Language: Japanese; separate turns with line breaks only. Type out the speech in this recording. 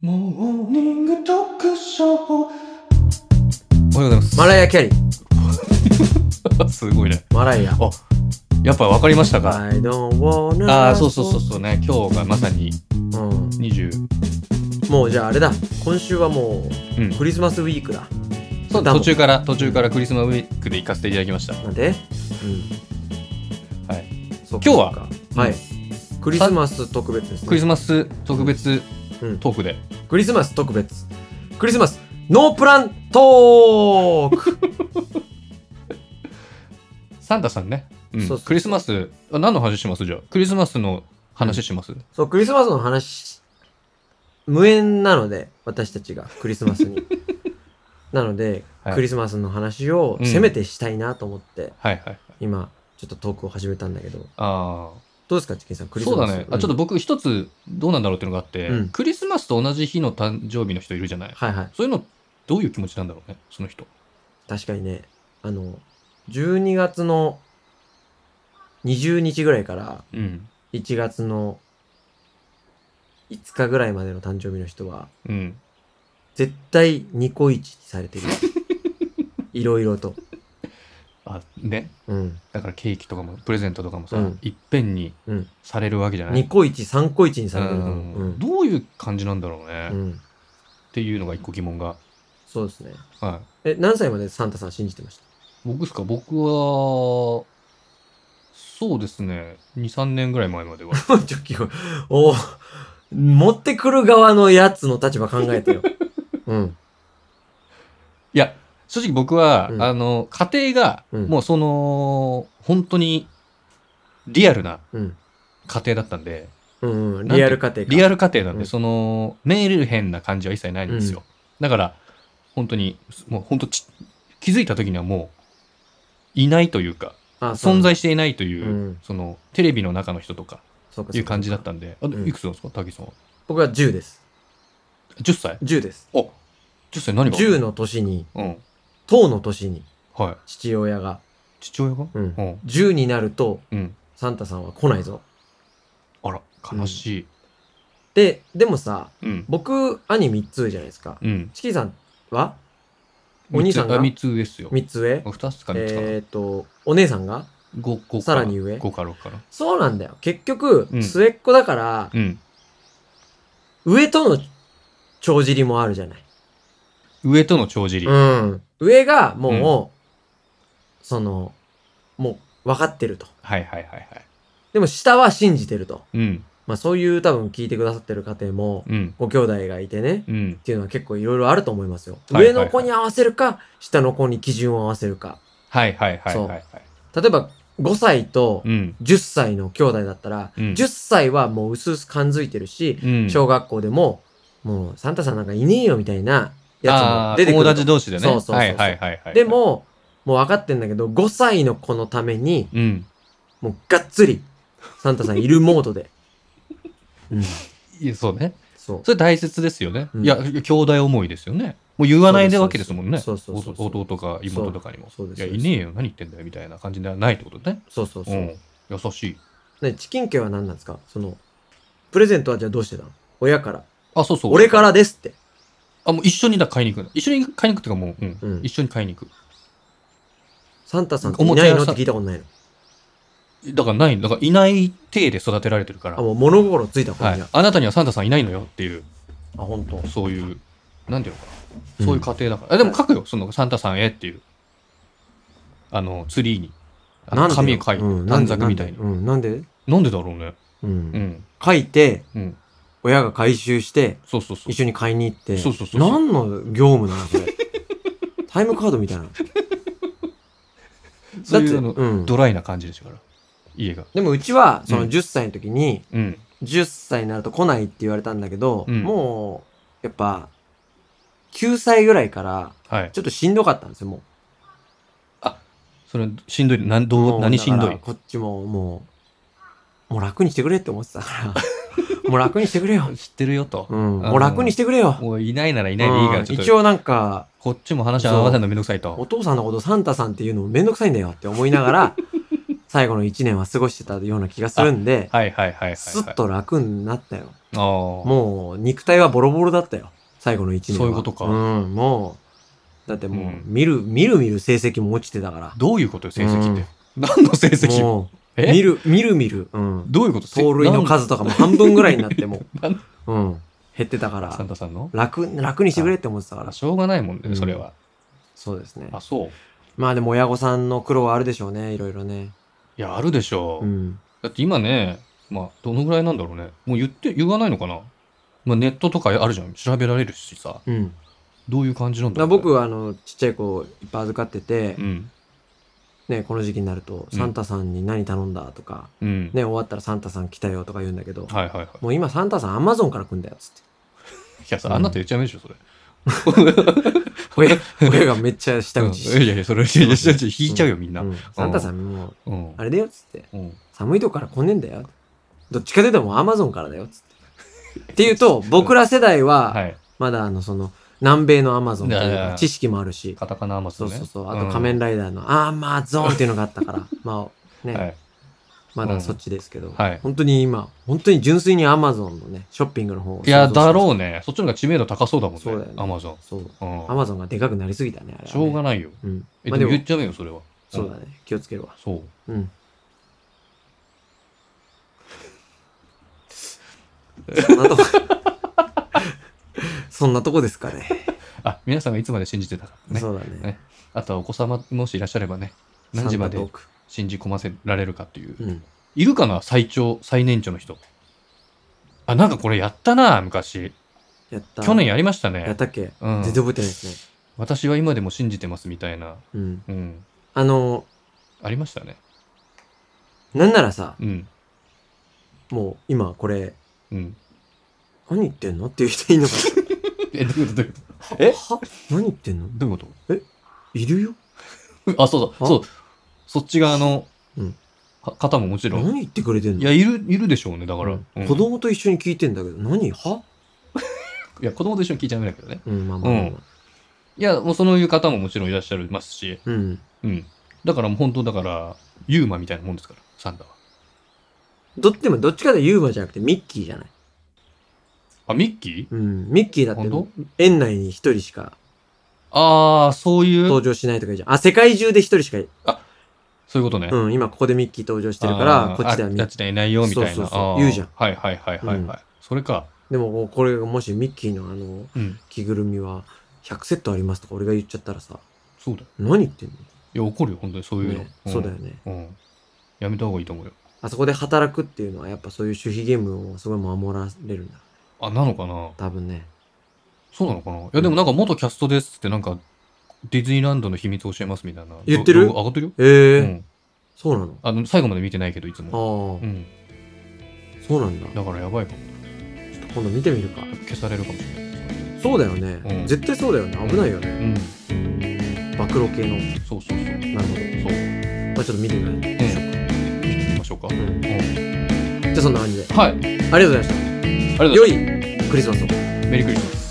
モーニング特賞
おはようございます。
マライア・キャリ ー。
すごいね。
マライア。
やっぱ分かりましたか
I don't wanna.
ああ、そうそうそうそうね。今日がまさに
うん。
20。
もうじゃああれだ。今週はも
うん
う、クリスマスウィークだ。
そう
だも
途
ん
中から、途中からクリスマスウィークで行かせていただきました。
なんでうん。
はい。
そっか
今日は
そっかはい。クリスマス特別ですね。
クリスマス特別
うん
トークで。
クリスマス特別。クリスマス、ノープラントーク
サンタさんね。うん
そうそうそう
クリスマス、あ何の話しますじゃあ。クリスマスの話します、
そう、クリスマスの話、無縁なので、私たちが、クリスマス に。なので、
はい
クリスマスの話を、せめてしたいなと思って、
はいはい。
今、ちょっとトークを始めたんだけど、
ああ。
どうですか、チキンさん、クリス
そう
マ
だ
ス。
ね。
う
あ
ん
ちょっと僕一つどうなんだろうっていうのがあって、
うん
クリスマスと同じ日の誕生日の人いるじゃない。
はいはい。
そういうの、どういう気持ちなんだろうね、その人。
確かにね、あの、12月の20日ぐらいから
うん。
1月の5日ぐらいまでの誕生日の人は、
うん。
絶対ニコイチさ れてる。いろいろと。
あ、ね。
うん。
だからケーキとかもプレゼントとかもさ、
うん
いっぺんに
うん
されるわけじゃない、
ニコイチ、3コイチにされてると
う
思う。うんん。
どういう感じなんだろうね、
う
っ
ん。
ていうのが一個疑問が、
そうですね。
は
え、何歳までサンタさん信じてました
い、僕ですか僕はそうですね23年ぐらい前ま では
ちょっとお持ってくる側のやつの立場考 えてよ。うん。
いや正直僕は、
うん
あの家庭が、
うん
もうその本当にリアルな
うん。
家庭だったんで
うん、うん。リアル家庭か。
リアル
ル。
家庭なんで、
うん
そのメール変な感じは一切ないんですよ、だから本当にもう本当ち気づいた時にはもういないというか
あそう
存在していないという、
うん
そのテレビの中の人とか
そうか
いう感じだっ
そうか
たんで、あ
ん
いくつなんですか、タギさんは。
僕は10です。
10歳
10です。
あ10歳何が
10の年に、
うん。
10の年に、
はい。
父親が、
父親が
う。
うんん。
10になると、
うん。
サンタさんは来ないぞ。
あら、悲しい。
で、でもさ、
うん。
僕、兄3つ上じゃないですか。
うん。
チキンさんはお兄さんが
3つですよ。
3つ上
2つか3つかな。
えっ、と、お姉さんが
5、5
さらに上
5か6かな。
そうなんだよ。結局
う、ん
末っ子だから、
うん。
上との帳尻もあるじゃない。
上との帳尻。
うん。上がもう、その、もう分かってると。
はいはいはいはい。
でも下は信じてると。
うん。
まあそういう多分聞いてくださってる家庭も、
うん。
ご兄弟がいてね、
うん
っ。ていうのは結構いろいろあると思いますよ。
はいはい
上の子に合わせるか、下の子に基準を合わせるか。
はいはいはい
そ
は
う
いはい。
例えば、5歳と
うん。
10歳の兄弟だったら、
うん
10歳はもう薄々感づいてるし、
うん。
小学校でも、もうサンタさんなんかいねえよみたいなや
あ
つも
ー
出てく
友
ると。
達同士でね。
そうそうそうそう
はいはいはいはい。
で、も、もう分かってんだけど、5歳の子のために、
うん。
もうがっつり、サンタさんいるモードで。うん。
いやそうね。
そう。
それ大切ですよね。
うん
いや、兄弟思いですよね。もう言わないでわけですもんね。
そうですそうですそうそうそう
弟とか妹とかにも。
そうそう
い
で
や、
す
いねえよ、何言ってんだよ、みたいな感じではないってことね。
そうそうそうう。
ん。優しい。
ね、チキン家は何なんですかその、プレゼントはじゃあどうしてたの親から。
あ、そうそう。
俺からですって。
あ、もう一緒にだ、買いに行く。一緒に買いに行くっていうか、もう、うん
うん
一緒に買いに行く。
サンタさんっていない
お
の
もちゃ屋さ
って
ん
聞いたことないの。
だからない、だからいない体で育てられてるから。
あ、もう物心ついた子
は
に
い
は。。
あなたにはサンタさんいないのよっていう、
あ、本当。
そういう、なんていうのか
う
な。
ん
そういう家庭だから。あ、でも書くよ、そのサンタさんへっていう。あの、ツリーに。あの
なんで
紙を書いて、
うん
短冊みたいに。
うん、なんで
なんでだろうね。
う。
うんん。
書いて、
うん。
親が回収して、
そうそうそう
一。緒に買いに行って。
そうそうそうそう
何の業務なの それ。タイムカードみたいなの。
そ
だ
う
っ
い
て、
うあの、
うん。
ドライな感じでしたから、家が。
でもうちは、その
うん
10歳の時に、
うん。
10歳になると来ないって言われたんだけど、
うん
もう、やっぱ、9歳ぐらいから、
はい。
ちょっとしんどかったんですよ、もう。
それ、しんどい。なんど
も
う
う
何しん
だ
ど
から
い
こっちも、もう、もう楽にしてくれって思ってたから、 もう楽にしてくれよ。
知ってるよと。
うん、もう楽にしてくれよ。
もういないならいないでいいから、
うん
ちょっ
一
と、
応なんか、
こっちも話合わせるのめんどくさい
お
と。
父さんのことサンタさんっていうのもめんどくさいんだよって思いながら、最後の1年は過ごしてたような気がするんで、
はいはいはいはい、はい。
すっと楽になったよ。
ああ。も
もう、肉体はボロボロだったよ。最後の1年は。
そういうことか
うん、もう、だってもう、
うん
見る、見る見る成績も落ちてたから
う、。どういうことよ、成績って。
うん
何の成績
もう、見
え
る、見る見る、うん。
どういうこと
盗塁の数とかも半分ぐらいになっても、
なんなん
うん、減ってたか
サン
ら、
タさんの
楽、楽にしてくれって思ってたから
あ、しょうがないもんね、それは。
そうですね
あ、。そう。
まあでも親御さんの苦労はあるでしょうね、いろいろね。
いや、あるでしょう。
うん。
だって今ね、まあ、どのぐらいなんだろうね。もう言って、言わないのかな。まあ、ネットとかあるじゃん。調べられるしさ。
うん。だか
どういう感じなんだろ
ら
う、
僕、はあの、ちっちゃい子をいっぱい預かってて、
うん。
ね、この時期になると、
うん
サンタさんに何頼んだとか、
うん。
ね、終わったらサンタさん来たよとか言うんだけど、
はいはいはい。
もう今サンタさんアマゾンから来んだよ、つ っ
い
て。
や
うん
さ、あんなと言っちゃうめでしょ、それ。
親、親がめっちゃ下打ち
うんい
して。
やいや、それ、いやいや引いちゃうよ、みんな。
う
うん
んサンタさんもう、。
うん
あれだよ、つって。
うん
寒いとこから来んねえんだよ。どっちかというともうアマゾンからだよ、つって。っていうと、僕ら世代は、
はい。
まだあの、その、南米のアマゾンと
い
い
やいう
か
や
知識もあるし、
カタカナアマゾ
そ
ン
う
ね。
そうそう。あと仮面ライダーのアマゾンっていうのがあっ たから、まあ
うんは
ね、
い。
まだそっちですけど
はい、
本当に今、本当に純粋にアマゾンのね、ショッピングの方を
いや、だろうね。そっちの方が知名度高そうだもん
そうだよ
ね
ね。
アマゾン。
う。そう。
う
ア
ん。
マゾンがでかくなりすぎたね、あれはね。
しょうがないよ。
うん。
え、
まあ
で
で
も
も
言っ、ちゃうめよ、それは。
そうだね。気をつけるわ。
そう。
うん。そんなとこ。 そんなとこですかね。
あ、皆さんがいつまで信じてたかね。
そうだね。
あとはお子様もしいらっしゃればね、何時まで
サンタトー
信じ込ませられるかっていう。
クうん。
いるかな最長、最年長の人。あ、なんかこれやったな、昔。
やった。
去年やりましたね。
やったっけ
うん
全然覚えてないですね。
私は今でも信じてますみたいな。
うん。
うん。
あの、
ありましたね。
なんならさ、
うん。
もう今これ、
うん。
何言ってんのっていう人いるのか
え、どういうことどういうこ
な
え
は何言ってんの
とどういうこ
いるよ
とあ、そうそう。
あ
そう。そっち側の、
うん
か方ももちろん。
何言ってくれてんの
いや、いる、いるでしょうね。だから。
うん
うん
子供と一緒に聞いてんだけど、何はい
や、子供と一緒に聞いちゃダメだけどね。
うん、まあまあまあまあ。
いや、もうそういう方ももちろんいらっしゃいますし。
うん。
うん。だからもう本当だから、ユーマみたいなもんですから、サンタは。
どっちも、どっちかでユーマじゃなくてミッキーじゃない。
あ、ミッキ
うん。ミッキーだ
ー
って
本当
園内に一人しか
ああ、そういう、
登場しないとかいいじゃん。あ、世界中で一人しかい、
そういうことね。
うん、今ここでミッキー登場してるから
あ、ー
こっちでは
あ
ミ
あ
ッ
っ
キ
ちではいないよ、みたいな。
そうそうそう
あー
言うじゃん
はいはいはいはい、はい
うん
それか。
ー。でも、これがもしミッキーのあの、
うん。
着ぐるみは100セットありますとか俺が言っちゃったらさ、
そうだよ。
何言ってん
いや、怒るよ、本当にそう
の
いうの。
ね
ん
そうだよね。
うん。やめた方がいいと思うよ。
あそこで働くっていうのはやっぱそういう守秘義務をすごい守られるんだ。
あ、なのかな
多分ね。
そうなのかないや、でもなんか元キャストですって、なんか、ディズニーランドの秘密を教えますみたいな。
言ってる
ど動画上がってるよ。
え
う
え
ん。
そうなの
あの、最後まで見てないけど、いつ
ああ
も。、うん。
そうなんだ。
だからやばいかも。
ちょっと今度見てみるか。
消されるかもしれない。
そうだよね。
うん
絶対そうだよね。危ないよね。
うん。
暴露系の。な
そうそうそう。
るほど。
そう。
まあちょっと見てみない。
行きましょうか。
うん
うん
じゃあそんな感じで。
はい。あ
ありがとうございまし
りがとうござい
た。
ます。
良いクリスマスを。
メリークリスマス。